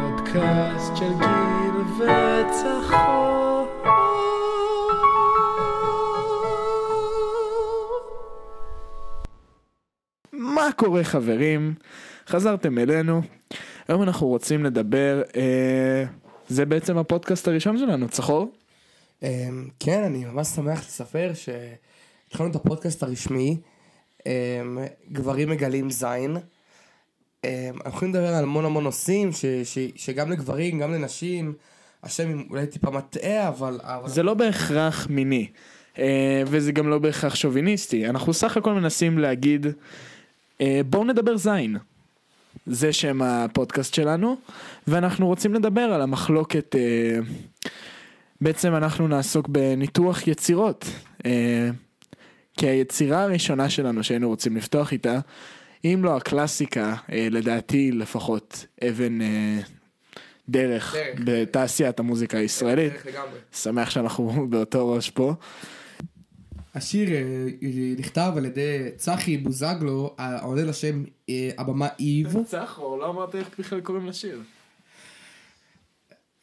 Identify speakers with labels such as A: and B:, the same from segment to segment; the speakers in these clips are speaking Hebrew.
A: פודקאסט של גיל וצחור.
B: מה קורה חברים? חזרתם אלינו. היום אנחנו רוצים לדבר, אה, זה בעצם הפודקאסט הראשון שלנו, צחור?
C: אמ, כן, אני ממש שמח לספר שהתחלנו את הפודקאסט הרשמי, אמ, גברים מגלים זין. אמ, אנחנו יכולים לדבר על המון המון נושאים, ש, ש, שגם לגברים, גם לנשים, השם אולי טיפה מטעה, אבל... אבל...
B: זה לא בהכרח מיני, אה, וזה גם לא בהכרח שוביניסטי. אנחנו סך הכל מנסים להגיד, אה, בואו נדבר זין. זה שם הפודקאסט שלנו, ואנחנו רוצים לדבר על המחלוקת. אה, בעצם אנחנו נעסוק בניתוח יצירות. אה, כי היצירה הראשונה שלנו שהיינו רוצים לפתוח איתה, אם לא הקלאסיקה, אה, לדעתי לפחות אבן אה, דרך,
C: דרך.
B: בתעשיית המוזיקה הישראלית.
C: דרך לגמרי.
B: שמח שאנחנו באותו ראש פה.
C: השיר אה, נכתב על ידי צחי בוזגלו, העונה לשם אה, הבמה איב.
B: צחור, לא אמרת איך בכלל קוראים לשיר.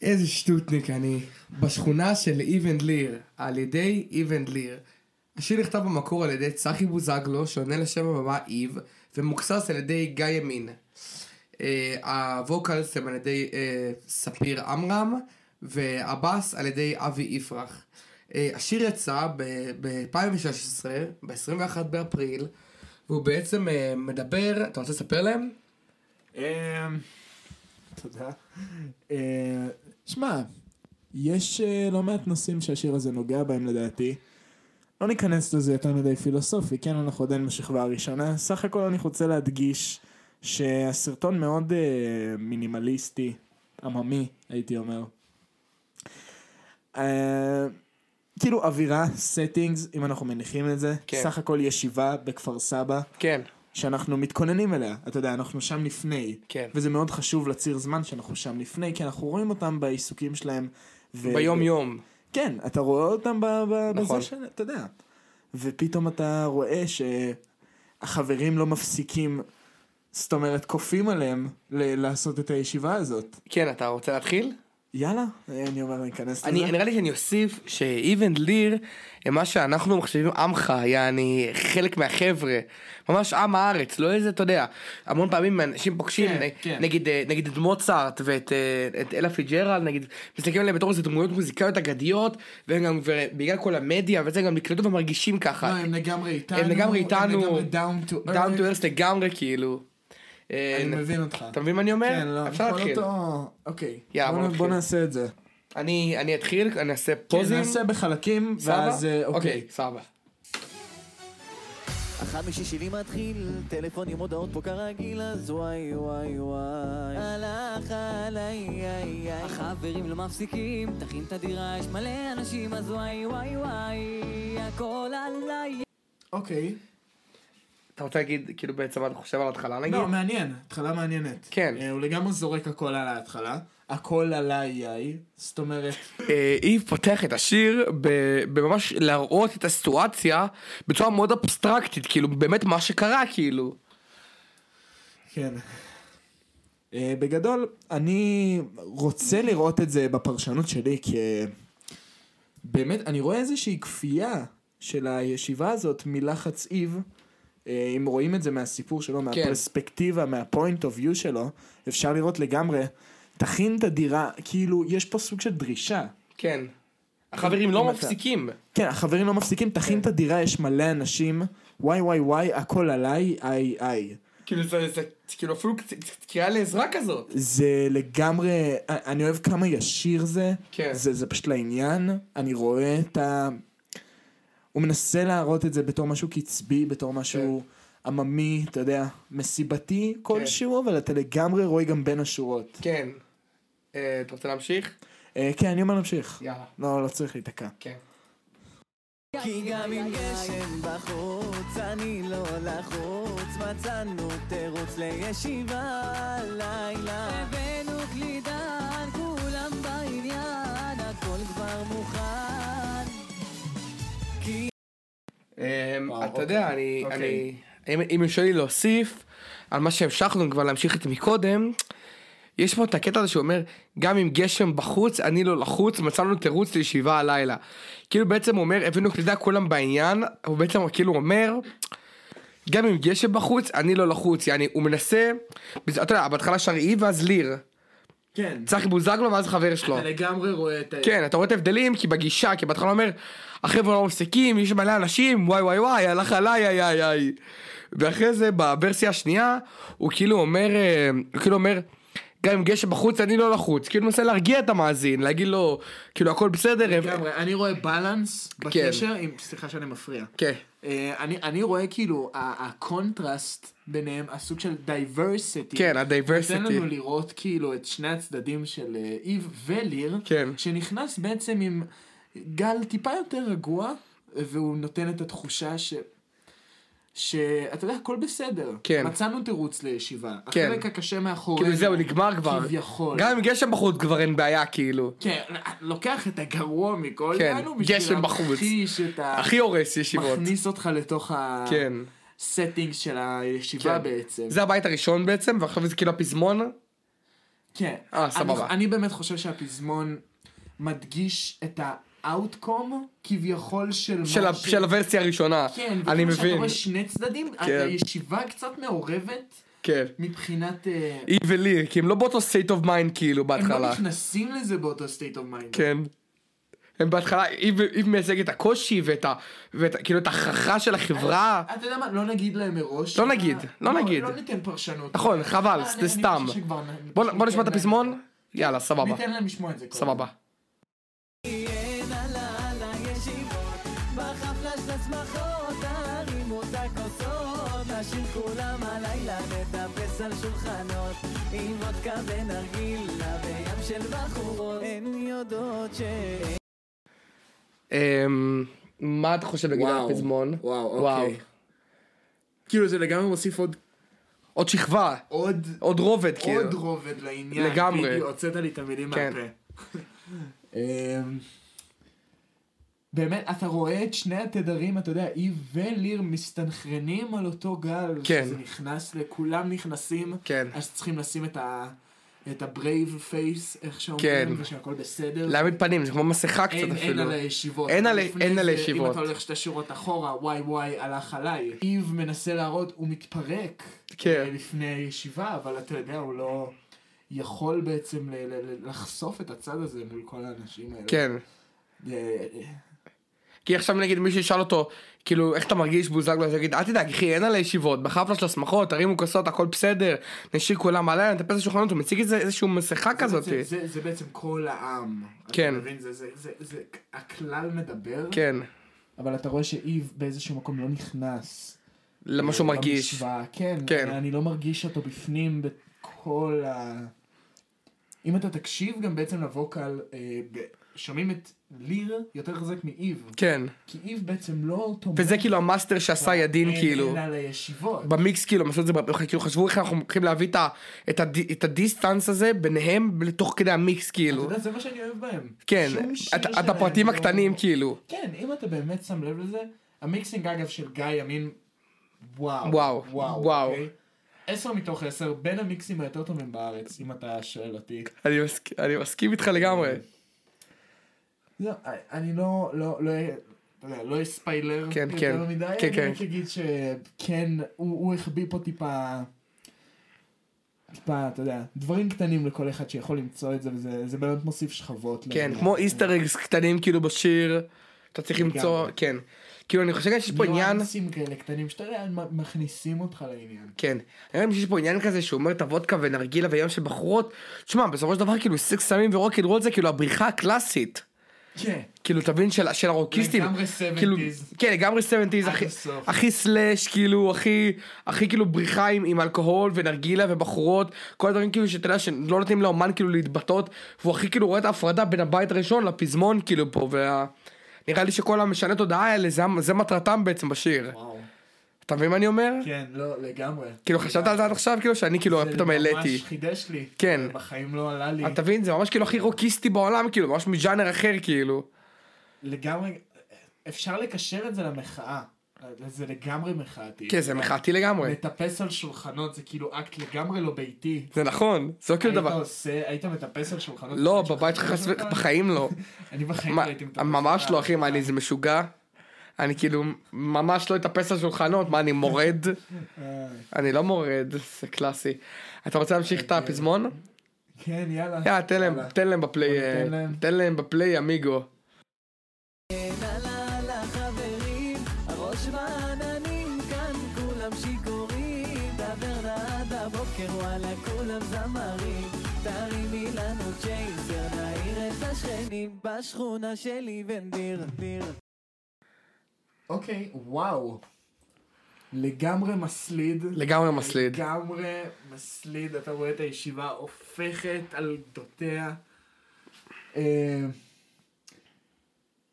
C: איזה שטוטניק אני. בשכונה של איבן ליר, על ידי איבן ליר. השיר נכתב במקור על ידי צחי בוזגלו, שעונה לשם הבמה איב, ומוקסס על ידי גיא ימין. אה, הווקלס הם על ידי אה, ספיר עמרם, והבאס על ידי אבי יפרח. אה, השיר יצא ב-2016, ב-21 באפריל, והוא בעצם אה, מדבר, אתה רוצה לספר להם?
B: תודה. אה, שמע, יש אה, לא מעט נושאים שהשיר הזה נוגע בהם לדעתי. לא ניכנס לזה יותר מדי פילוסופי, כן, אנחנו עדיין בשכבה הראשונה. סך הכל אני רוצה להדגיש שהסרטון מאוד אה, מינימליסטי, עממי, הייתי אומר. אה, כאילו אווירה, סטינגס, אם אנחנו מניחים את זה.
C: כן.
B: סך הכל ישיבה בכפר סבא.
C: כן.
B: שאנחנו מתכוננים אליה, אתה יודע, אנחנו שם לפני.
C: כן.
B: וזה מאוד חשוב לציר זמן שאנחנו שם לפני, כי אנחנו רואים אותם בעיסוקים שלהם. ו...
C: ביום יום.
B: כן, אתה רואה אותם ב... ב...
C: נכון.
B: בזה ש... אתה יודע. ופתאום אתה רואה שהחברים לא מפסיקים, זאת אומרת, כופים עליהם ל... לעשות את הישיבה הזאת.
C: כן, אתה רוצה להתחיל?
B: יאללה, אני אומר, ניכנס
C: אני,
B: לזה.
C: נראה לי שאני אוסיף שאיבן ליר הם מה שאנחנו מחשבים עמך, יעני חלק מהחבר'ה, ממש עם הארץ, לא איזה, אתה יודע, המון פעמים אנשים פוגשים,
B: כן,
C: נ,
B: כן.
C: נגיד, אה, נגיד את מוצרט ואת אה, את אלה פיג'רל, נגיד, מסתכלים עליהם בתור איזה דמויות מוזיקליות אגדיות, והם גם, ובגלל כל המדיה וזה, גם נקלטו ומרגישים ככה.
B: לא, לגמרי איתנו.
C: הם לגמרי איתנו,
B: down to
C: down to earth לגמרי, כאילו. אה, נ-
B: אה, אותך.
C: אתה מבין מה אני אומר?
B: כן, לא,
C: כן, אפשר להתחיל.
B: אוקיי.
C: יאללה, בוא
B: בוא נ-
C: נתחיל.
B: בוא נעשה את זה.
C: אני אני אתחיל, אני אעשה
B: פוזים.
C: פוזים.
B: כן, נעשה בחלקים,
C: סבבה?
B: ואז אה, אוקיי.
C: סבבה.
D: החמישי שלי מתחיל, טלפון עם הודעות פה כרגיל, אז וואי וואי וואי. הלך עליי, איי איי.
E: החברים לא מפסיקים, תכין את הדירה, יש מלא אנשים, אז וואי וואי וואי, הכל עליי.
B: אוקיי.
C: אתה רוצה להגיד, כאילו בעצם מה אתה חושב על ההתחלה נגיד?
B: לא, מעניין. התחלה מעניינת.
C: כן.
B: אה, הוא לגמרי זורק הכל על ההתחלה. הכל עליי איי. זאת אומרת,
C: אה, איב פותח את השיר ב- בממש להראות את הסיטואציה בצורה מאוד אבסטרקטית, כאילו באמת מה שקרה כאילו.
B: כן. אה, בגדול, אני רוצה לראות את זה בפרשנות שלי, כי אה, באמת, אני רואה איזושהי כפייה של הישיבה הזאת מלחץ איב. אה, אם רואים את זה מהסיפור שלו,
C: כן.
B: מהפרספקטיבה, מהפוינט אוף יו שלו, אפשר לראות לגמרי, תכין את הדירה, כאילו, יש פה סוג של דרישה.
C: כן. החברים
B: אם
C: לא
B: אתה-
C: מפסיקים.
B: כן, החברים לא מפסיקים, תכין את הדירה, יש מלא אנשים, וואי וואי וואי, הכל עליי, איי איי.
C: כאילו זה, זה כאילו אפילו קריאה לעזרה כזאת.
B: זה לגמרי, אה, אני אוהב כמה ישיר זה,
C: כן.
B: זה, זה פשוט לעניין, אני רואה את ה... הוא מנסה להראות את זה בתור משהו קצבי, בתור משהו עממי, אתה יודע, מסיבתי כלשהו, אבל אתה לגמרי רואה גם בין השורות.
C: כן. אה, אתה רוצה להמשיך?
B: אה, כן, אני אומר להמשיך.
C: יאללה.
B: לא, לא צריך להיתקע.
C: כן.
D: כי גם אם גשם בחוץ, אני לא לחוץ, מצאנו תירוץ לישיבה לילה.
E: הבאנו גלידן, כולם בעניין, הכל כבר מוכן.
C: אמ,
B: וואו,
C: אתה
B: אוקיי.
C: יודע, אני,
B: אוקיי.
C: אני, אם אם יורשה לי להוסיף על מה שהמשכנו כבר להמשיך את מקודם, יש פה את הקטע הזה שאומר, גם עם גשם בחוץ, אני לא לחוץ, מצאנו תירוץ לישיבה הלילה. כאילו בעצם הוא אומר, הבאנו קלידה כולם בעניין, הוא בעצם כאילו אומר, גם עם גשם בחוץ, אני לא לחוץ, יעני, הוא מנסה, אתה יודע, בהתחלה שרעי ואז ליר,
B: כן.
C: צחי בוזגלו ואז חבר שלו.
B: אתה לגמרי רואה את ה...
C: כן, אתה רואה את ההבדלים, כי בגישה, כי בהתחלה אומר, החבר'ה לא מפסיקים, יש מלא אנשים, וואי וואי וואי, הלך עליי, איי איי איי. ואחרי זה, בוורסיה השנייה, הוא כאילו אומר, אה, הוא כאילו אומר, גם אם גשם בחוץ, אני לא לחוץ. כאילו מנסה להרגיע את המאזין, להגיד לו, כאילו הכל בסדר. אה,
B: לגמרי, אני רואה בלנס בקשר עם... סליחה שאני מפריע.
C: כן.
B: אה, אני, אני רואה כאילו ה- הקונטרסט ביניהם, הסוג של דייברסיטי.
C: כן, ה-diversity.
B: נותן לנו לראות כאילו את שני הצדדים של אה, איב וליר,
C: כן.
B: שנכנס בעצם עם גל טיפה יותר רגוע, והוא נותן את התחושה ש... שאתה יודע, הכל בסדר.
C: כן.
B: מצאנו תירוץ לישיבה.
C: כן.
B: החלק הקשה מאחורינו.
C: כאילו זהו, נגמר כבר.
B: כביכול.
C: גם אם גשם בחוץ כבר אין בעיה, כאילו.
B: כן, לוקח את הגרוע מכל,
C: כן,
B: לנו
C: גשם בחוץ.
B: להמחיש את ה...
C: הכי הורס ישיבות.
B: מכניס אותך לתוך ה...
C: כן.
B: setting של הישיבה
C: כן.
B: בעצם.
C: זה הבית הראשון בעצם, ועכשיו זה כאילו הפזמון.
B: כן.
C: אה,
B: אני-
C: סבבה.
B: אני באמת חושב שהפזמון מדגיש את ה-outcome כביכול של...
C: של,
B: מה
C: ה-
B: ש-
C: של הוורסיה הראשונה.
B: כן,
C: אני
B: וכמו שאתה
C: מבין.
B: רואה שני צדדים,
C: כן.
B: הישיבה קצת מעורבת
C: כן.
B: מבחינת... אה,
C: היא וליר, כי הם לא באותו state of mind כאילו
B: הם לא
C: בהתחלה.
B: נכנסים לזה באותו state of mind.
C: כן. הם בהתחלה, היא ו- היא מייצגת את הקושי ואת ה... ואת ה- כאילו את ההכרחה של החברה.
B: אתה יודע מה, לא נגיד להם מראש.
C: לא
B: מה-
C: נגיד, לא נגיד.
B: לא ניתן פרשנות.
C: נכון, חבל,
B: אה,
C: זה
B: אני- אני
C: סתם.
B: חושב שכבר נ-
C: בוא נ- בוא נשמע את
B: ניתן להם-
C: הפזמון? יאללה, סבבה.
B: ניתן להם לשמוע את זה. קודם.
C: סבבה.
E: אין על העל הישיבות, בחפלה של השמחות, תרימו את הכוסות, נשאיר כולם הלילה, נטפס על שולחנות, עם וודקה ונרגילה, וים של בחורות, הן יודעות ש...
C: אמ, מה אתה חושב לגבי
B: וואו,
C: הפזמון?
B: וואו, אוקיי. כאילו זה לגמרי מוסיף עוד...
C: עוד שכבה,
B: עוד...
C: עוד רובד כאילו.
B: עוד רובד לעניין.
C: לגמרי.
B: בדיוק, הוצאת לי את המילים
C: כן.
B: מהפה. אמ, באמת, אתה רואה את שני התדרים, אתה יודע, אי וליר מסתנכרנים על אותו גל.
C: כן.
B: זה נכנס, לכולם נכנסים.
C: כן.
B: אז צריכים לשים את ה... את הברייב פייס, איך
C: כן.
B: שאומרים, ושהכול בסדר.
C: להעמיד פנים, זה כמו מסכה קצת
B: אין, אין
C: אפילו.
B: על הישיבות.
C: אין על-
B: לפני
C: אין על
B: זה,
C: הישיבות.
B: אם אתה הולך שתי שורות אחורה, וואי וואי, הלך עליי. איב מנסה להראות, הוא מתפרק.
C: כן.
B: אה, לפני הישיבה, אבל אתה יודע, הוא לא יכול בעצם ל- ל- ל- לחשוף את הצד הזה מול כל האנשים האלה.
C: כן.
B: אה, אה,
C: כי עכשיו נגיד מישהו ישאל אותו, כאילו, איך אתה מרגיש בוזגלו? אז הוא יגיד, אל תדאג, אחי, אין על הישיבות, בחפלה של השמחות, תרימו כוסות, הכל בסדר, נשאיר כולם עליי, נטפס לשולחנות, הוא מציג איזה איזשהו מסכה כזאת.
B: זה,
C: אה.
B: זה, זה בעצם כל העם.
C: כן.
B: אתה מבין? זה, זה, זה, זה, הכלל מדבר,
C: כן,
B: אבל אתה רואה שאיב באיזשהו מקום לא נכנס.
C: למה שהוא מרגיש.
B: אה, במשוואה, כן,
C: כן.
B: כן. אני לא מרגיש אותו בפנים בכל ה... אם אתה תקשיב גם בעצם לווקל, אה, ב- שומעים את ליר יותר חזק מאיב.
C: כן.
B: כי איב בעצם לא תומך. אה,
C: וזה כאילו המאסטר שעשה ידין,
B: אין-
C: כאילו.
B: אין על הישיבות.
C: במיקס כאילו, הם עשו את זה, ב- כאילו חשבו איך אנחנו הולכים להביא את ה- את הד- את הדיסטנס הזה ביניהם לתוך כדי המיקס
B: אתה
C: כאילו.
B: יודע, זה מה שאני אוהב בהם.
C: כן,
B: שום שיר
C: את- את
B: שלהם
C: הפרטים
B: לא-
C: הקטנים כאילו.
B: כן, אם אתה באמת שם לב לזה, המיקסינג אגב של גיא ימין, וואו.
C: וואו, וואו.
B: אוקיי? עשר מתוך עשר, בין המיקסים היותר טובים בארץ, אם אתה שואל אותי.
C: אני מסכ- אני מסכים איתך לגמרי.
B: לא, אני לא, לא, לא, אתה יודע, לא אהיה ספיילר
C: כן, כן.
B: יותר מדי,
C: כן, כן.
B: אני רק אגיד שכן, הוא הוא החביא פה טיפה, טיפה, אתה יודע, דברים קטנים לכל אחד שיכול למצוא את זה, וזה זה באמת מוסיף שכבות.
C: כן,
B: לעניין.
C: כמו איסטר-אגס קטנים כאילו בשיר, אתה צריך למצוא, כן. כאילו אני חושב גם שיש פה עניין,
B: ניואנסים כאלה קטנים, שאתה יודע, מ- מכניסים אותך לעניין.
C: כן. אני חושב שיש פה עניין כזה שהוא אומר את הוודקה ונרגילה וים של בחורות, תשמע, בסופו של דבר כאילו סקס סמים ורוקד רול זה כאילו הבריחה הקלאסית.
B: כן.
C: כאילו תבין של, של הרוקיסטים,
B: לגמרי
C: כאילו,
B: 70s.
C: כן לגמרי 70's,
B: עד
C: הכי,
B: הסוף.
C: הכי סלאש כאילו, הכי, הכי כאילו בריחה עם, עם אלכוהול ונרגילה ובחורות, כל הדברים כאילו שאתה יודע שלא נותנים לאומן כאילו להתבטאות, והוא הכי כאילו רואה את ההפרדה בין הבית הראשון לפזמון כאילו פה, וה... נראה לי שכל המשנה תודעה האלה זה, המ- זה מטרתם בעצם בשיר,
B: וואו.
C: אתה מבין מה אני אומר?
B: כן, לא, לגמרי.
C: כאילו חשבת על זה עד עכשיו כאילו שאני כאילו פתאום
B: זה
C: העליתי,
B: ממש חידש לי.
C: כן.
B: בחיים לא עלה לי.
C: אתה מבין זה ממש כאילו הכי רוקיסטי בעולם כאילו, ממש מז'אנר אחר כאילו,
B: לגמרי, אפשר לקשר את זה למחאה. זה לגמרי מחאתי.
C: כן, זה מחאתי לגמרי.
B: מטפס על שולחנות זה כאילו אקט לגמרי לא ביתי.
C: זה נכון, זה לא כאילו
B: היית
C: דבר.
B: עושה, היית מטפס על שולחנות?
C: לא,
B: לפני
C: בבית שלך
B: שחטפו
C: חס
B: אותך?
C: ו... בחיים לא.
B: אני בחיים לא
C: מה,
B: הייתי מטפס.
C: ממש
B: על
C: לא, אחי, מה, אני
B: שולחן.
C: איזה משוגע? אני כאילו ממש לא אטפס על שולחנות, מה, אני מורד?
B: אה,
C: אני לא מורד, זה קלאסי. אתה רוצה להמשיך את הפזמון?
B: כן, אוקיי. יאללה.
C: יאללה, תן להם, תן להם בפליי, אה,
B: בוא ניתן להם.
C: תן להם בפליי, אמיגו.
E: לה לה לה חברים, הראש בעננים כאן כולם שיכורים, דבר נא עד הבוקר וואלה כולם זמרים, תרימי לנו צ'ייזר, נעיר את השכנים בשכונה שלי ונדיר, דיר.
B: אוקיי, וואו. לגמרי מסליד.
C: לגמרי מסליד.
B: לגמרי מסליד, אתה רואה את הישיבה הופכת על גדותיה. אה,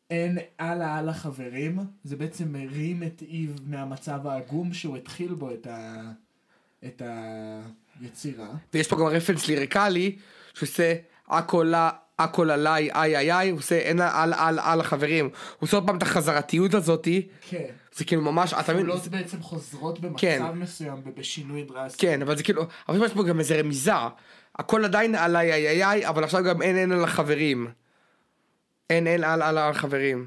B: אין הלאה הלאה חברים, זה בעצם מרים את איב מהמצב העגום שהוא התחיל בו את, ה... את היצירה.
C: ויש פה גם רפרנס ליריקלי, שהוא עושה הכל לה- הכל עליי, איי איי איי, הוא עושה אין על על על החברים. הוא עושה עוד פעם את החזרתיות הזאתי,
B: כן.
C: זה כאילו ממש, אתה מבין?
B: פעולות בעצם חוזרות במצב
C: כן.
B: מסוים ובשינוי דרסטי.
C: כן, אבל זה כאילו, אבל יש פה גם איזה רמיזה. הכל עדיין על איי איי איי, איי, אבל עכשיו גם אין אין על החברים. אין אין על על על החברים.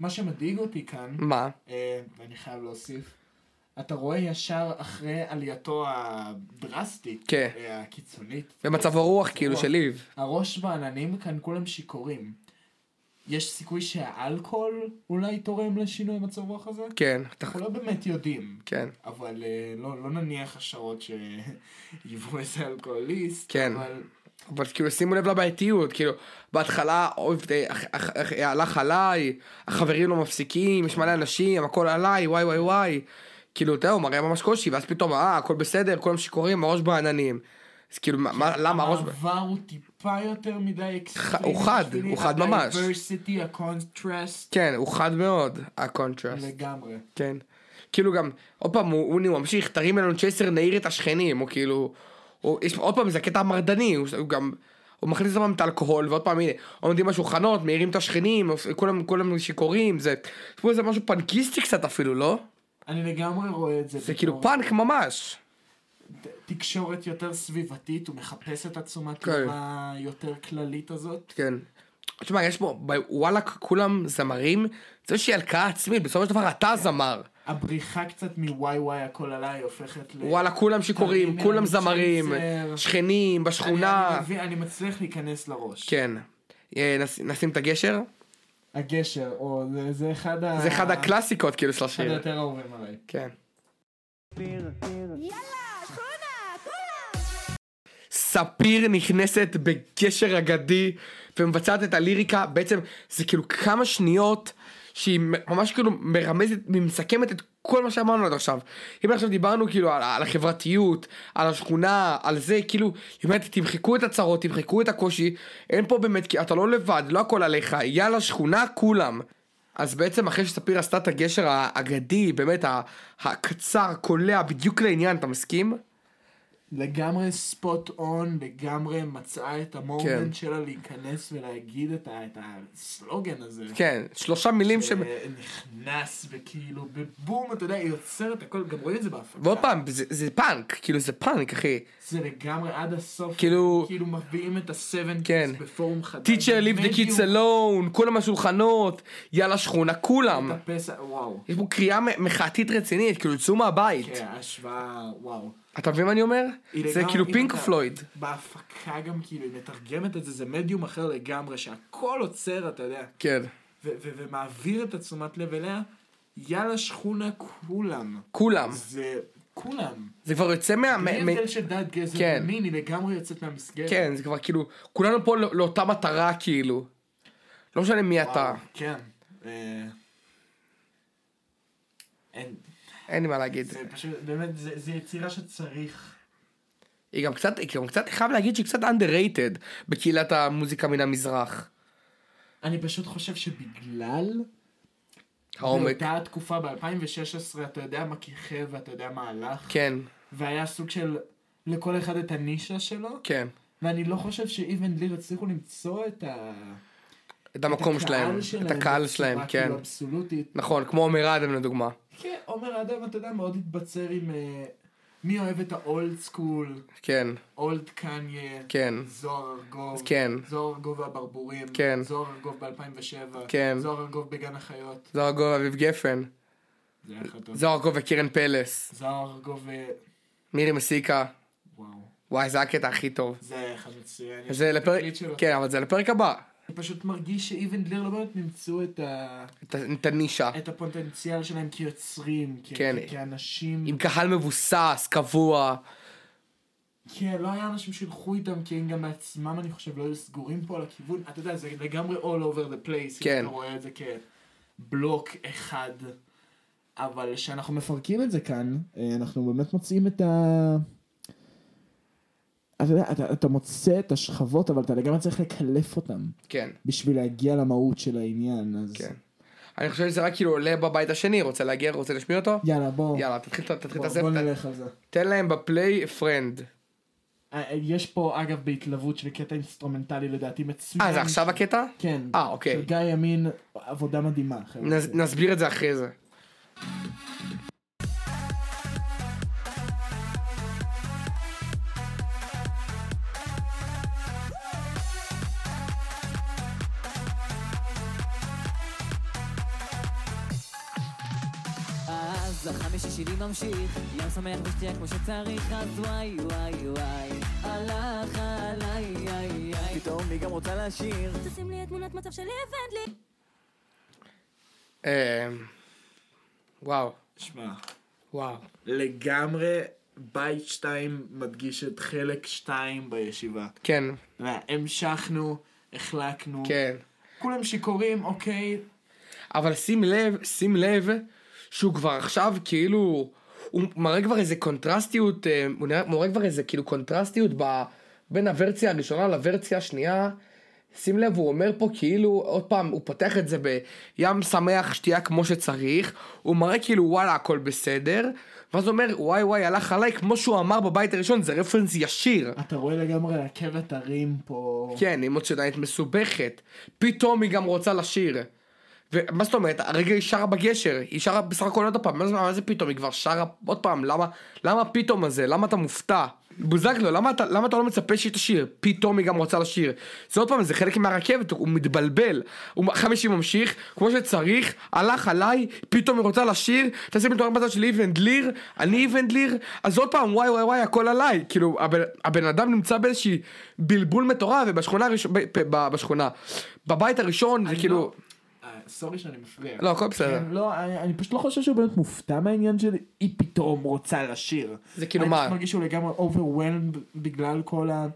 B: מה שמדאיג אותי כאן,
C: מה?
B: אה, ואני חייב להוסיף, אתה רואה ישר אחרי עלייתו הדרסטית,
C: כן.
B: אה, הקיצונית,
C: במצב הרוח כאילו
B: רוח.
C: של ליב.
B: הראש בעננים כאן כולם שיכורים. יש סיכוי שהאלכוהול אולי תורם לשינוי מצב רוח הזה?
C: כן, אתה-
B: אנחנו לא באמת יודעים,
C: כן.
B: אבל אה, לא, לא נניח השערות שיבוא איזה אלכוהוליסט,
C: כן.
B: אבל
C: אבל כאילו שימו לב לבעייתיות, כאילו בהתחלה אוהב, אה, אח- אח- אח- הלך עליי, החברים לא מפסיקים, יש מלא אנשים, הכל עליי, וואי וואי וואי. כאילו, אתה יודע, הוא מראה ממש קושי, ואז פתאום, אה, הכל בסדר, כולם שיכורים, הראש בעננים. אז כאילו, מה- מה- למה הראש... ב-
B: המעבר הוא טיפה יותר מדי אקסטרימי.
C: הוא חד,
B: בשבילי,
C: הוא חד ממש.
B: ה-diversity, ה-contrast,
C: כן, הוא חד מאוד, הקונטרסט.
B: לגמרי.
C: כן. כאילו גם, עוד פעם, הוא, הוא, הוא ממשיך, תרים אלינו צ'ייסר, נעיר את השכנים, הוא כאילו, הוא, יש, עוד פעם, זה הקטע המרדני, הוא, הוא גם, הוא מכניס עוד פעם את האלכוהול, ועוד פעם, הנה, עומדים בשולחנות, מעירים את השכנים, כולם, כולם שיכורים, זה, יש פה איזה משהו פנקיסטי קצת אפילו, לא?
B: אני לגמרי רואה את זה.
C: זה
B: בתור
C: כאילו פאנק ממש.
B: תקשורת יותר סביבתית, הוא מחפש את התשומת
C: כן.
B: לב היותר כללית הזאת.
C: כן. תשמע, יש פה, וואלכ, כולם זמרים, זה איזושהי הלקאה עצמית, בסופו של דבר אתה זמר.
B: הבריחה קצת מוואי וואי הכל עליי הופכת ל...
C: וואלה, כולם שיכורים,
B: תרים
C: כולם
B: אלינו
C: זמרים,
B: צ'ייסר.
C: שכנים,
B: אני-
C: בשכונה.
B: אני מבין, אני מצליח להיכנס לראש.
C: כן. אה, נס- נשים את הגשר?
B: הגשר, או זה- זה אחד ה...
C: כן. זה אחד הקלאסיקות כאילו של
B: אה, אחד
C: השיר.
B: היותר אהובים עליי.
C: כן. ספיר נכנסת בגשר אגדי ומבצעת את הליריקה בעצם זה כאילו כמה שניות שהיא ממש כאילו מרמזת מסכמת את כל מה שאמרנו עד עכשיו. אם עכשיו דיברנו כאילו על, על החברתיות על השכונה על זה כאילו היא אומרת תמחקו את הצרות תמחקו את הקושי אין פה באמת כי אתה לא לבד לא הכל עליך יאללה שכונה כולם. אז בעצם אחרי שספיר עשתה את הגשר האגדי באמת ה- הקצר קולע בדיוק לעניין אתה מסכים?
B: לגמרי ספוט און, לגמרי מצאה את
C: כן.
B: המומנט שלה להיכנס ולהגיד את ה- את הסלוגן הזה. אה,
C: כן שלושה מילים ש...
B: נכנס וכאילו בבום אתה יודע היא יוצרת הכל גם רואים את זה בהפקה.
C: ועוד פעם, זה, זה פאנק, כאילו זה פאנק, אחי.
B: זה לגמרי עד הסוף.
C: כאילו-
B: כאילו מביאים את הסבן
C: כן.
B: בפורום חדש.
C: teacher leave the kids alone, כולם השולחנות, יאללה שכונה, כולם.
B: מטפס, וואו.
C: יש פה קריאה מ- מחאתית רצינית, כאילו יצאו מהבית.
B: כן, ההשוואה, וואו.
C: אתה מבין מה אני אומר?
B: היא
C: זה
B: לגמרי-
C: כאילו
B: אם
C: פינק
B: אתה-
C: פלויד.
B: בהפקה גם כאילו היא מתרגמת את זה, זה מדיום אחר לגמרי שהכל עוצר אתה יודע.
C: כן.
B: ו- ו- ומעביר את התשומת לב אליה. יאללה שכונה כולם.
C: כולם.
B: זה כולם.
C: זה כבר יוצא מה...
B: בלי
C: מ- מ-
B: הבדל של דת גזע
C: כן.
B: ומין היא לגמרי יוצאת מהמסגרת.
C: כן, זה כבר כאילו, כולנו פה לא- לאותה מטרה, כאילו. לא משנה מי אתה,
B: וואו, כן. אה, אין,
C: אין לי מה להגיד.
B: זה פשוט, באמת, זה זה יצירה שצריך.
C: היא גם קצת, היא גם קצת, אני חייב להגיד שהיא קצת underrated בקהילת המוזיקה מן המזרח.
B: אני פשוט חושב שבגלל
C: העומק.
B: באותה התקופה ב-2016, אתה יודע מה כיכב ואתה יודע מה הלך,
C: כן,
B: והיה סוג של לכל אחד את הנישה שלו,
C: כן.
B: ואני לא חושב שאיבן ליר הצליחו למצוא את ה...
C: את המקום
B: הקהל
C: שלהם, את
B: שלהם
C: הקהל
B: בצורה
C: שלהם,
B: כאילו
C: כן.
B: אבסולוטית.
C: נכון, כמו עומר אדם לדוגמה.
B: כן, עומר אדם, אתה יודע, מאוד התבצר עם... אה, מי אוהב את האולד סקול,
C: כן,
B: אולד קניה,
C: כן.
B: זוהר ארגוב,
C: כן.
B: זוהר ארגוב והברבורים,
C: כן.
B: זוהר ארגוב ב-2007,
C: כן.
B: זוהר ארגוב בגן החיות,
C: זוהר גוב ואביב גפן.
B: זה היה חטא,
C: זוהר גוב וקרן פלס.
B: זוהר ארגוב, ו...
C: מירי מסיקה.
B: וואו,
C: וואי, זה הקטע הכי טוב.
B: זה היה אחד מצוין, יש
C: זה
B: לי
C: לפרק...
B: תקליט שלו.
C: כן, אבל זה לפרק הבא.
B: אני פשוט מרגיש שאיבן דליר לא באמת נמצאו את, ה...
C: את ה- את הנישה.
B: את הפוטנציאל שלהם כיוצרים, כ...
C: כן.
B: כאנשים,
C: עם קהל מבוסס, קבוע.
B: כן, לא היה אנשים שילכו איתם, כי הם גם בעצמם, אני חושב, לא היו סגורים פה על הכיוון. אתה יודע, זה לגמרי all over the place.
C: כן.
B: אם אתה רואה את זה כבלוק אחד. אבל כשאנחנו מפרקים את זה כאן, אה, אנחנו באמת מוצאים את ה... אתה יודע, אתה, אתה מוצא את השכבות, אבל אתה לגמרי צריך לקלף אותן
C: כן,
B: בשביל להגיע למהות של העניין, אז...
C: כן. אני חושב שזה רק כאילו עולה בבית השני, רוצה להגיע, רוצה להשמיע אותו?
B: יאללה, בוא,
C: יאללה, תתחיל את ה- תתחיל את
B: בוא,
C: הספר.
B: בוא נלך על זה.
C: תן להם בפליי פרנד.
B: אה, יש פה, אגב, בהתלוות של קטע אינסטרומנטלי לדעתי מצוין.
C: אה, זה עכשיו הקטע?
B: כן.
C: אה, אוקיי.
B: של גיא ימין, עבודה מדהימה. חבר'ה.
C: נס- נסביר את זה אחרי זה.
E: אז החמישי שלי ממשיך, יום שמח ושתייה כמו שצריך, אז וואי וואי וואי, הלך עליי, איי איי.
D: פתאום היא גם רוצה לשיר
F: תשים לי את תמונת מצב שלי ונדלי.
C: אה, וואו,
B: שמע,
C: וואו.
B: לגמרי בית 2 מדגיש את חלק 2 בישיבה.
C: כן,
B: אתה יודע, המשכנו, החלקנו.
C: כן.
B: כולם שיכורים, אוקיי.
C: אבל שים לב, שים לב, שהוא כבר עכשיו כאילו, הוא מראה כבר איזה קונטרסטיות, אה, הוא נראה- מראה כבר איזה כאילו קונטרסטיות ב, בין הוורציה הראשונה לוורציה השנייה. שים לב, הוא אומר פה כאילו, עוד פעם, הוא פותח את זה בים שמח, שתייה כמו שצריך, הוא מראה כאילו וואלה הכל בסדר, ואז הוא אומר וואי וואי הלך עליי, כמו שהוא אמר בבית הראשון, זה רפרנס ישיר.
B: אתה רואה לגמרי רכבת הרים פה.
C: כן, אמוציונלית מסובכת. פתאום היא גם רוצה לשיר. ומה זאת אומרת, הרגע היא שרה בגשר, היא שרה בסך הכל עוד פעם, מה זה- מה זה פתאום, היא כבר שרה עוד פעם, למה, למה פתאום הזה, למה אתה מופתע? בוזגלו, למה אתה, למה אתה לא מצפה שהיא תשיר? פתאום היא גם רוצה לשיר. זה עוד פעם, זה חלק מהרכבת, הוא מתבלבל. הוא חמישי ממשיך, כמו שצריך, הלך עליי, פתאום היא רוצה לשיר, תעשה מתואר בצד של איבן דליר, אני איבן דליר, אז עוד פעם, וואי וואי וואי, הכל עליי. כאילו, הבן, הבן אדם נמצא באיזשהי בלבול מטורף, ובשכונה הראשונה, בשכונה, בבית הראשון, זה כאילו...
B: אה, סורי שאני מפריע.
C: לא, הכל בסדר.
B: כן, לא, אני אני פשוט לא חושב שהוא באמת מופתע מהעניין של היא פתאום רוצה לשיר.
C: זה כאילו
B: אני
C: מה?
B: פשוט מרגיש שהוא לגמרי overwhelmed בגלל כל ה...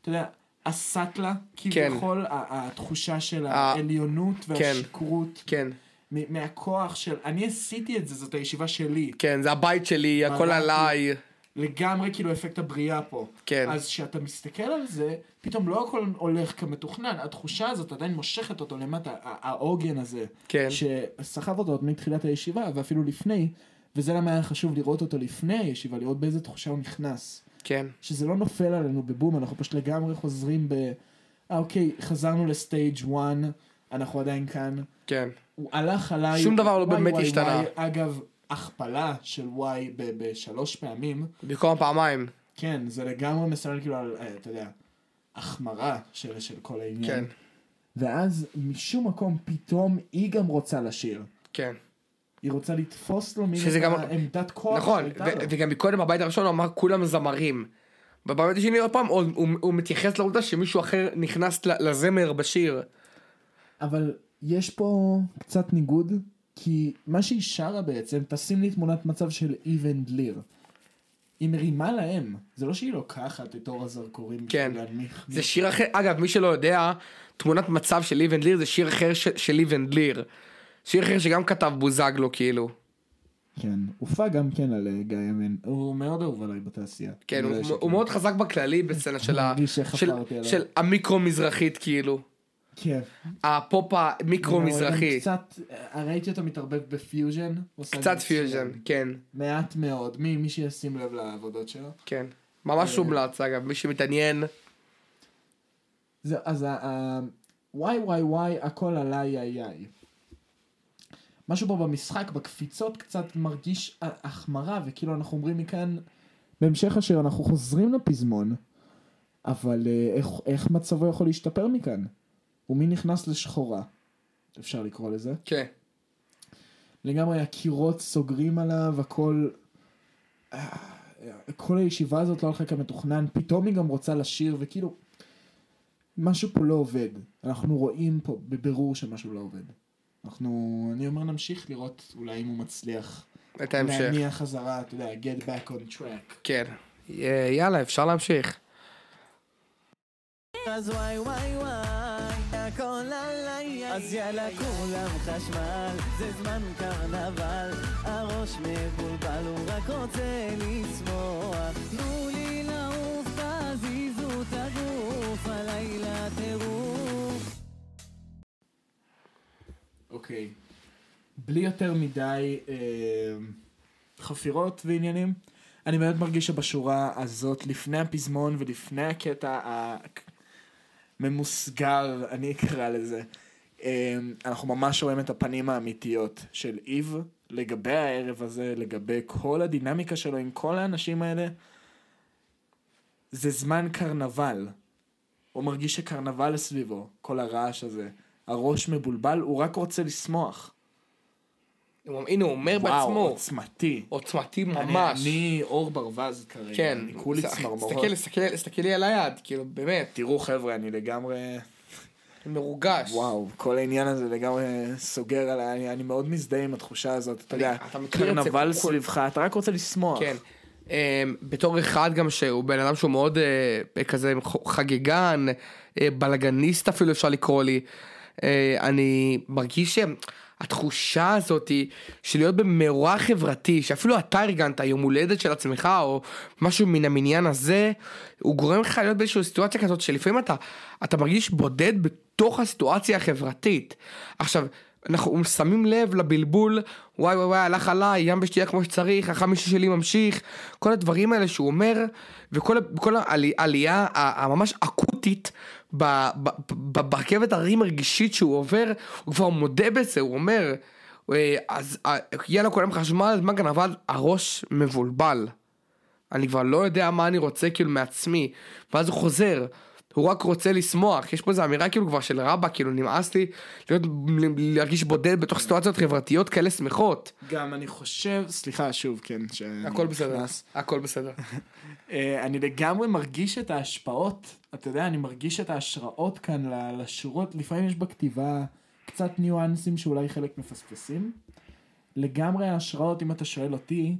B: אתה יודע, הסאטלה,
C: כן.
B: כביכול, ה- התחושה של העליונות והשכרות,
C: כן,
B: מ- מהכוח של אני עשיתי את זה, זאת הישיבה שלי.
C: כן, זה הבית שלי, הכל
B: מלאכי.
C: עליי.
B: לגמרי כאילו אפקט הבריאה פה.
C: כן.
B: אז כשאתה מסתכל על זה, פתאום לא הכל הולך כמתוכנן, התחושה הזאת עדיין מושכת אותו למטה, ה- העוגן הזה.
C: כן.
B: שסחב אותו עוד מתחילת הישיבה, ואפילו לפני, וזה למה היה חשוב לראות אותו לפני הישיבה, לראות באיזה תחושה הוא נכנס.
C: כן,
B: שזה לא נופל עלינו בבום, אנחנו פשוט לגמרי חוזרים ב... אה אוקיי, חזרנו לסטייג' 1, אנחנו עדיין כאן.
C: כן,
B: הוא הלך עליי.
C: שום דבר לא
B: וואי,
C: באמת
B: וואי,
C: השתנה.
B: וואי, אגב, הכפלה של וואי ב- בשלוש פעמים,
C: במקום פעמיים.
B: כן, זה לגמרי מסמל כאילו על, אה, אתה יודע, החמרה של, של כל העניין.
C: כן,
B: ואז משום מקום פתאום היא גם רוצה לשיר.
C: כן.
B: היא רוצה לתפוס לו מן
C: שזה גם-
B: עמדת כוח
C: נכון,
B: שהייתה
C: ו-
B: לו.
C: וגם מקודם בבית הראשון הוא אמר כולם זמרים. בבית השני עוד פעם הוא- הוא- הוא מתייחס לעובדה שמישהו אחר נכנס ל- לזמר בשיר.
B: אבל יש פה קצת ניגוד, כי מה שהיא שרה בעצם, תשים לי תמונת מצב של איבן דליר. היא מרימה להם, זה לא שהיא לוקחת את אור הזרקורים
C: כן.
B: בשביל להנמיך.
C: זה שיר אחר, אגב מי שלא יודע, תמונת מצב של איבן ליר זה שיר אחר ש- של איבן ליר. שיר אחר שגם כתב בוזגלו כאילו.
B: כן, הופע גם כן על אה, גיא ימין, הוא מאוד אהוב עליי בתעשייה. לא
C: כן, הוא-
B: בגלל
C: הוא
B: שכן.
C: מאוד חזק בכללי בסצנה של ה-
B: מרגיש שחפרתי
C: של-
B: עליו.
C: של המיקרו מזרחית כאילו.
B: כן.
C: הפופ המיקרו
B: הוא גם
C: מזרחי.
B: קצת, אה, ראיתי אותו מתערבב בפיוז'ן. הוא עושה את זה
C: קצת פיוז'ן,
B: מצוין.
C: כן,
B: מעט מאוד, מי מי שישים לב לעבודות שלו.
C: כן. ממש
B: אה.
C: הומלץ אגב, מי שמתעניין.
B: זה, אז ה- ה... וואי וואי וואי הכל עליי איי איי.
G: משהו פה במשחק, בקפיצות, קצת מרגיש ה- החמרה, וכאילו אנחנו אומרים מכאן, בהמשך השיר אנחנו חוזרים לפזמון, אבל אה, איך, איך מצבו יכול להשתפר מכאן? ומי נכנס לשחורה? אפשר לקרוא לזה.
C: כן.
G: לגמרי הקירות סוגרים עליו, הכל... אה, כל הישיבה הזאת לא הלכה כמתוכנן, פתאום היא גם רוצה לשיר, וכאילו... משהו פה לא עובד. אנחנו רואים פה בבירור שמשהו לא עובד. אנחנו... אני אומר נמשיך לראות אולי אם הוא מצליח.
C: את ההמשך.
G: להניע חזרה, אתה יודע, get back on track.
C: כן. אה, יאללה, אפשר להמשיך.
E: אז וואי וואי וואי, הכל עליי, אז יאללה כולם חשמל, זה זמן קרנבל, הראש מבולבל, הוא רק רוצה לשמוח. תנו לי לעוף, תזיזו את הגוף, הלילה טירוף.
G: אוקיי. בלי יותר מדי אה, חפירות ועניינים. אני באמת מרגיש שבשורה הזאת, לפני הפזמון ולפני הקטע הממוסגר, אני אקרא לזה, אה, אנחנו ממש רואים את הפנים האמיתיות של איב לגבי הערב הזה, לגבי כל הדינמיקה שלו עם כל האנשים האלה. זה זמן קרנבל. הוא מרגיש שקרנבל סביבו, כל הרעש הזה. הראש מבולבל, הוא רק רוצה לשמוח.
C: הוא- הנה, הוא אומר
B: וואו,
C: בעצמו,
B: עוצמתי.
C: עוצמתי
B: אני-
C: ממש.
B: אני אור ברווז כרגע.
C: כן.
B: אני כולי
C: תסתכל-
B: צמרמורות.
C: תסתכל- תסתכלי על היד, כאילו, באמת,
B: תראו חבר'ה, אני לגמרי...
C: מרוגש.
B: וואו, כל העניין הזה לגמרי סוגר עליי, אני- אני מאוד מזדהה עם התחושה הזאת, אתה יודע,
C: אתה מכיר את זה,
B: קרנבל
C: כל-
B: סביבך, אתה רק רוצה לשמוח.
C: כן. אמ, בתור אחד גם שהוא בן אדם שהוא מאוד אה, כזה ח- חגיגן, אה, בלאגניסט אפילו אפשר לקרוא לי, אה, אני מרגיש שהתחושה הזאת היא של להיות במאורע חברתי, שאפילו אתה ארגנת יום הולדת של עצמך או משהו מן המניין הזה, הוא גורם לך להיות באיזושהי סיטואציה כזאת שלפעמים אתה, אתה מרגיש בודד בתוך הסיטואציה החברתית. עכשיו, אנחנו שמים לב לבלבול, וואי וואי וואי הלך עליי, ים בשתייה כמו שצריך, החמישי שלי ממשיך, כל הדברים האלה שהוא אומר, וכל ה- כל העלי- העלייה ה- הממש אקוטית ב- ב- ב- ברכבת הרים הרגישית שהוא עובר, הוא כבר מודה בזה, הוא אומר, "אה, אז אה, יאללה כולם חשמל, אז מה כאן, אבל הראש מבולבל. אני כבר לא יודע מה אני רוצה כאילו מעצמי. ואז הוא חוזר, הוא רק רוצה לשמוח, יש פה איזו אמירה כאילו כבר של רבא, כאילו נמאס לי להיות, להרגיש בודד בתוך סיטואציות חברתיות כאלה שמחות.
B: גם אני חושב, סליחה שוב, כן, ש...
C: הכל בסדר, הכל בסדר.
B: אה, אני לגמרי מרגיש את ההשפעות, אתה יודע, אני מרגיש את ההשראות כאן ל- לשורות, לפעמים יש בכתיבה קצת ניואנסים שאולי חלק מפספסים. לגמרי ההשראות, אם אתה שואל אותי,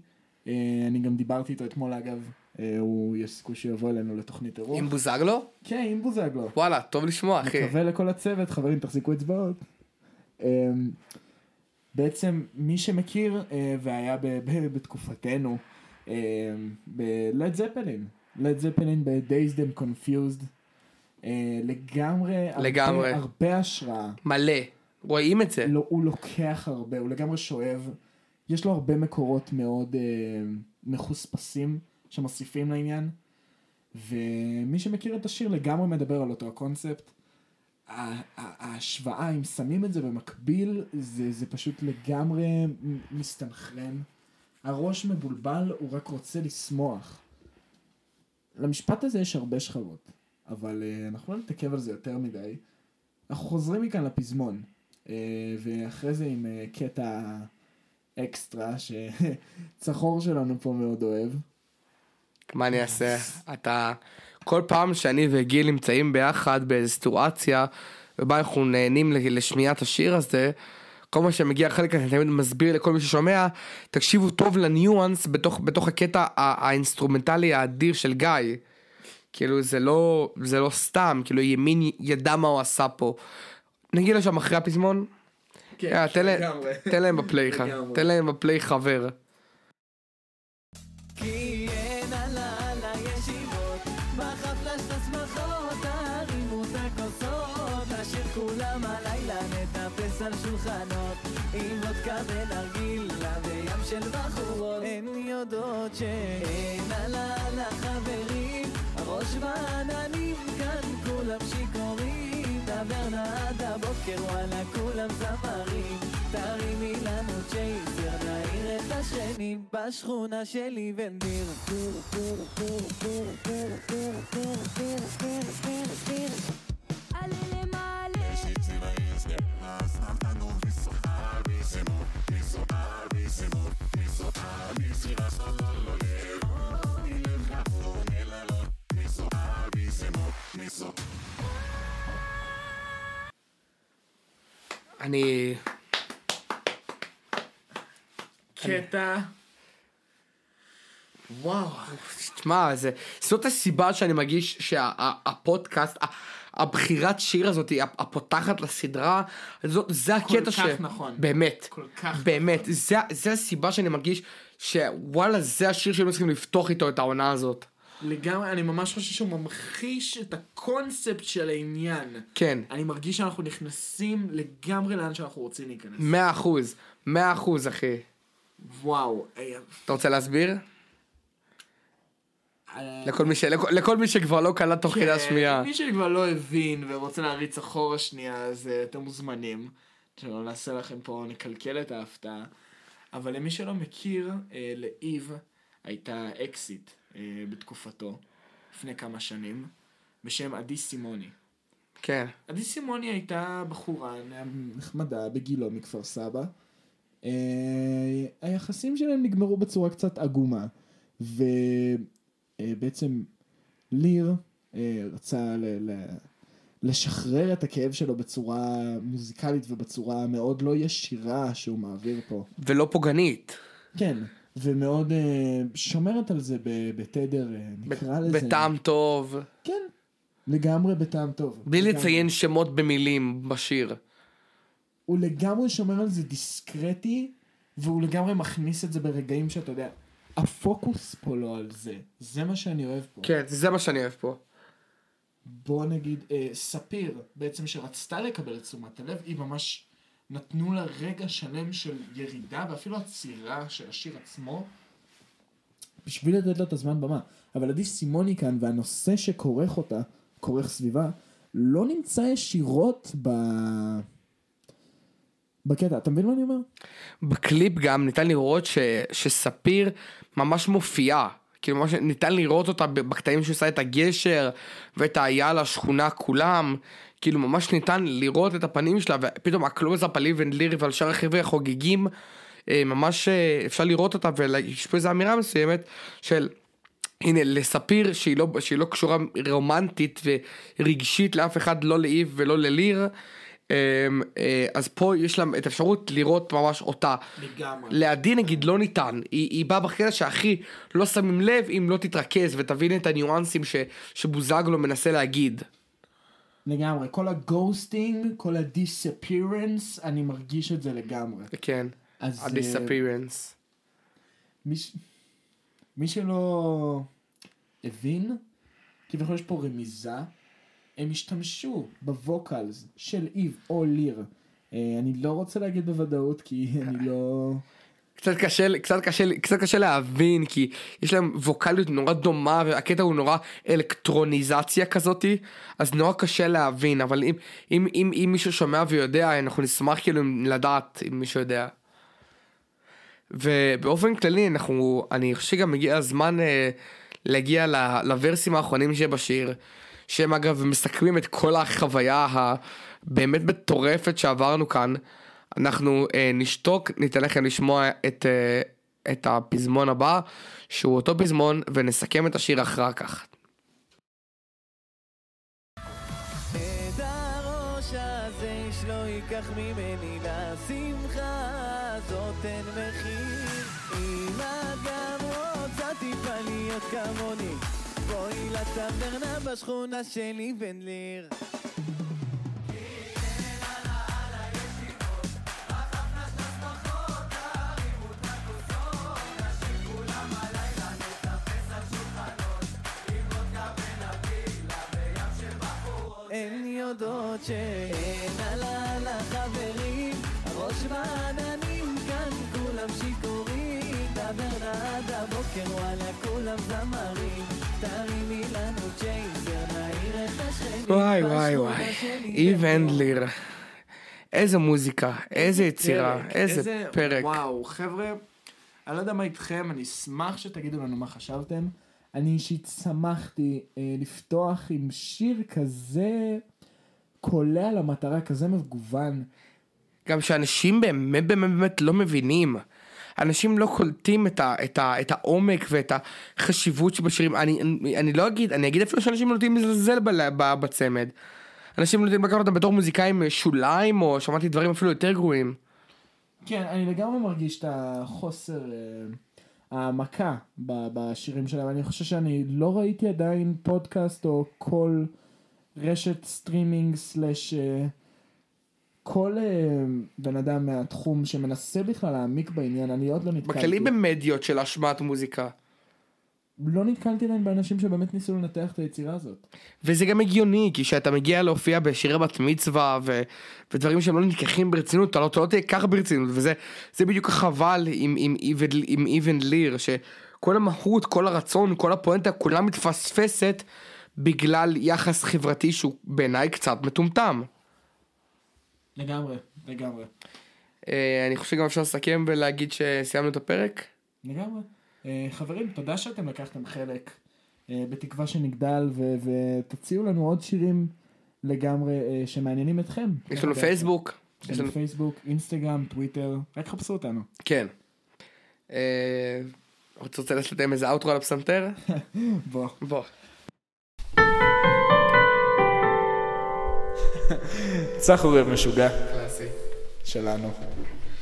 B: אה, אני גם דיברתי איתו אתמול אגב, אה, הוא, יש סיכוי שיבוא אלינו לתוכנית אירוח.
C: עם בוזגלו?
B: כן, עם בוזגלו.
C: וואלה, טוב לשמוע אחי.
B: מקווה לכל הצוות, חברים, תחזיקו אצבעות. אמ, בעצם, מי שמכיר, אה, והיה ב- ב- בתקופתנו, אמ, בלד זפלין, לד זפלין ב-Days Them Confused, אה, לגמרי, הרבה-
C: לגמרי.
B: הרבה השראה.
C: מלא, רואים את זה.
B: לא, הוא לוקח הרבה, הוא לגמרי שואב. יש לו הרבה מקורות מאוד אה, מחוספסים שמוסיפים לעניין. ומי שמכיר את השיר לגמרי מדבר על אותו הקונספט. ה- ה- ההשוואה, אם שמים את זה במקביל, זה, זה פשוט לגמרי מ- מסתנכרן. הראש מבולבל, הוא רק רוצה לשמוח. למשפט הזה יש הרבה שכבות, אבל אה, אנחנו לא נתעכב על זה יותר מדי. אנחנו חוזרים מכאן לפזמון, אה, ואחרי זה עם אה, קטע אקסטרה שצחור שלנו פה מאוד אוהב.
C: מה אני אעשה? אתה... כל פעם שאני וגיל נמצאים ביחד באיזו סיטואציה ובה אנחנו נהנים ל- לשמיעת השיר הזה, כל מה שמגיע אחר כך אני תמיד מסביר לכל מי ששומע, תקשיבו טוב לניואנס בתוך, בתוך הקטע ה- האינסטרומנטלי האדיר של גיא. כאילו זה לא, זה לא סתם, כאילו ימין ידע מה הוא עשה פה. נגיד לו שם אחרי הפזמון?
B: כן,
C: יאללה, תן להם- תן להם בפליי, ח- תן להם בפליי חבר.
E: כי אין עלה על הישיבות, בחפלה של השמחות, תרימו את הכוסות, נשאיר כולם הלילה, נטפס על שולחנות, עם וודקה ונרגילה וים של בחורות. הן יודעות שאין עלה על החברים, הראש בעננים, כאן כולם שיכורים, טברנה עד הבוקר, וואלה כולם זמרים. תרימי לנו צ'ייסר, נעיר את השני בשכונה של איבנדיר. טור, טור, טור, טור, טור, טור, טור, טור, טור, טור, טור.
F: עלה למעלה.
C: אני...
B: קטע.
C: וואו. תשמע, זה... זאת הסיבה שאני מרגיש שהפודקאסט, הבחירת שיר הזאת, היא הפ- הפותחת לסדרה, זאת- זה הקטע ש...
B: כך נכון.
C: באמת.
B: כל כך נכון.
C: באמת. זה- זה הסיבה שאני מרגיש שוואלה, זה השיר שהיינו צריכים לפתוח איתו את העונה הזאת.
B: לגמרי, אני ממש חושב שהוא ממחיש את הקונספט של העניין.
C: כן.
B: אני מרגיש שאנחנו נכנסים לגמרי לאן שאנחנו רוצים להיכנס.
C: מאה אחוז. מאה אחוז, אחי.
B: וואו. אה,
C: אתה רוצה להסביר?
B: אה,
C: לכל מי, ש... לכל, לכל מי שכבר לא קלט תוך כדי השמיעה.
B: מי כן, שכבר לא הבין ורוצה להריץ אחורה שנייה, אז אה, אתם מוזמנים. שלא נעשה לכם פה, נקלקל את ההפתעה. אבל למי שלא מכיר, אה, לאיב הייתה אקזיט אה, בתקופתו, לפני כמה שנים, בשם עדי סימוני.
C: כן.
B: עדי סימוני הייתה בחורה נחמדה בגילו מכפר סבא. אה, היחסים שלהם נגמרו בצורה קצת עגומה. ובעצם ליר אה, רצה ל- ל- לשחרר את הכאב שלו בצורה מוזיקלית ובצורה מאוד לא ישירה שהוא מעביר פה.
C: ולא פוגענית.
B: כן, ומאוד אה, שומרת על זה ב- בתדר, אה, נקרא לזה.
C: בטעם טוב.
B: כן, לגמרי בטעם טוב.
C: בלי
B: לגמרי.
C: לציין שמות במילים בשיר.
B: הוא לגמרי שומר על זה דיסקרטי, והוא לגמרי מכניס את זה ברגעים שאתה יודע, הפוקוס פה לא על זה, זה מה שאני אוהב פה.
C: כן, זה מה שאני אוהב פה.
B: בוא נגיד, אה, ספיר, בעצם שרצתה לקבל את תשומת הלב, היא ממש, נתנו לה רגע שלם של ירידה, ואפילו עצירה של השיר עצמו, בשביל לתת לה את הזמן במה. אבל עדי סימוני כאן, והנושא שכורך אותה, כורך סביבה, לא נמצא ישירות ב... בקטע, אתה מבין מה אני אומר?
C: בקליפ גם ניתן לראות ש, שספיר ממש מופיעה. כאילו ממש ניתן לראות אותה ב- בקטעים שהוא עושה את הגשר ואת העיה לשכונה כולם. כאילו ממש ניתן לראות את הפנים שלה ופתאום הקלוב הזה פלי ונדלירי ועל שאר החבר'ה חוגגים. אה, ממש אה, אפשר לראות אותה ויש פה איזו אמירה מסוימת של הנה לספיר שהיא לא, שהיא לא קשורה רומנטית ורגשית לאף אחד לא לאיב ולא לליר. אה, אה, אז פה יש לה את האפשרות לראות ממש אותה.
B: לגמרי.
C: לעדי נגיד לא ניתן, היא, היא באה בקטע שהכי לא שמים לב אם לא תתרכז ותבין את הניואנסים ש, שבוזגלו מנסה להגיד.
B: לגמרי, כל הגוסטינג, כל הדיספירנס, אני מרגיש את זה לגמרי.
C: כן,
B: אז אה,
C: ה-disappearance.
B: מי, ש... מי שלא הבין, כביכול יש פה רמיזה, הם השתמשו בווקלס של איב או ליר. אה, אני לא רוצה להגיד בוודאות כי אני לא...
C: קצת קשה, קצת קשה, קצת קשה להבין כי יש להם ווקאליות נורא דומה והקטע הוא נורא אלקטרוניזציה כזאתי אז נורא קשה להבין אבל אם אם אם, אם מישהו שומע ויודע אנחנו נשמח כאילו לדעת אם מישהו יודע. ובאופן כללי אנחנו אני חושב שגם הגיע הזמן אה, להגיע ל- לוורסים האחרונים שבשיר שהם אגב מסכמים את כל החוויה הבאמת מטורפת שעברנו כאן אנחנו אה, נשתוק ניתן לכם לשמוע את, אה, את הפזמון הבא שהוא אותו פזמון ונסכם את השיר אחר כך.
E: את הראש הזה איש לא ייקח ממני לשמחה הזאת אין מחיר אם את גם רוצה טיפה להיות כמוני בואי לטברנה בשכונה שלי בן ליר הן יודעות שהן על על החברים, הראש בעננים כאן כולם שיכורים, דבר עד הבוקר וואלה כולם זמרים, תרימי לנו צ'ייסר נעיר את השני,
C: וואי וואי
E: בשכונה
C: וואי,
E: שלי,
C: איב
E: כן,
C: הנדלר. איזה מוזיקה, איזה יצירה,
B: פרק,
C: איזה פרק.
B: וואו, חבר'ה, אני לא יודע מה איתכם, אני אשמח שתגידו לנו מה חשבתם. אני אישית שמחתי אה, לפתוח עם שיר כזה קולע למטרה, כזה מגוון.
C: גם שאנשים באמת באמת באמת לא מבינים. אנשים לא קולטים את, ה, את, ה, את העומק ואת החשיבות שבשירים. אני, אני, אני לא אגיד, אני אגיד אפילו שאנשים לא יודעים לזלזל בל- ב- בצמד. אנשים לא יודעים לקחת אותם בתור מוזיקאים אה, שוליים, או שמעתי דברים אפילו יותר גרועים.
B: כן, אני לגמרי מרגיש את החוסר אה, העמקה ב- בשירים שלהם. אני חושב שאני לא ראיתי עדיין פודקאסט או כל רשת סטרימינג סלאש... אה, כל אה, בן אדם מהתחום שמנסה בכלל להעמיק בעניין, אני עוד לא נתקלתי.
C: בכללי במדיות של השמעת מוזיקה.
B: לא נתקלתי עדיין באנשים שבאמת ניסו לנתח את היצירה הזאת.
C: וזה גם הגיוני, כי כשאתה מגיע להופיע בשירי בת מצווה ו... ודברים שהם לא נלקחים ברצינות, אתה לא, אתה לא תיקח ברצינות, וזה זה בדיוק החבל עם, עם, even, עם איבן ליר, שכל המהות, כל הרצון, כל הפואנטה, כולה מתפספסת בגלל יחס חברתי שהוא בעיניי קצת מטומטם.
B: לגמרי, לגמרי.
C: אה, אני חושב שגם אפשר לסכם ולהגיד שסיימנו את הפרק.
B: לגמרי. אה, חברים, תודה שאתם לקחתם חלק, אה, בתקווה שנגדל ו- ותציעו לנו עוד שירים לגמרי אה, שמעניינים אתכם. כן,
C: יש לנו פייסבוק.
B: יש לנו פייסבוק, אינסטגרם, טוויטר, רק חפשו אותנו.
C: כן. אה, רוצה רוצה לסתם איזה אאוטרו על הפסנתר?
B: בוא.
C: בוא.
H: צח אוריאב משוגע
C: קלאסי.
H: שלנו.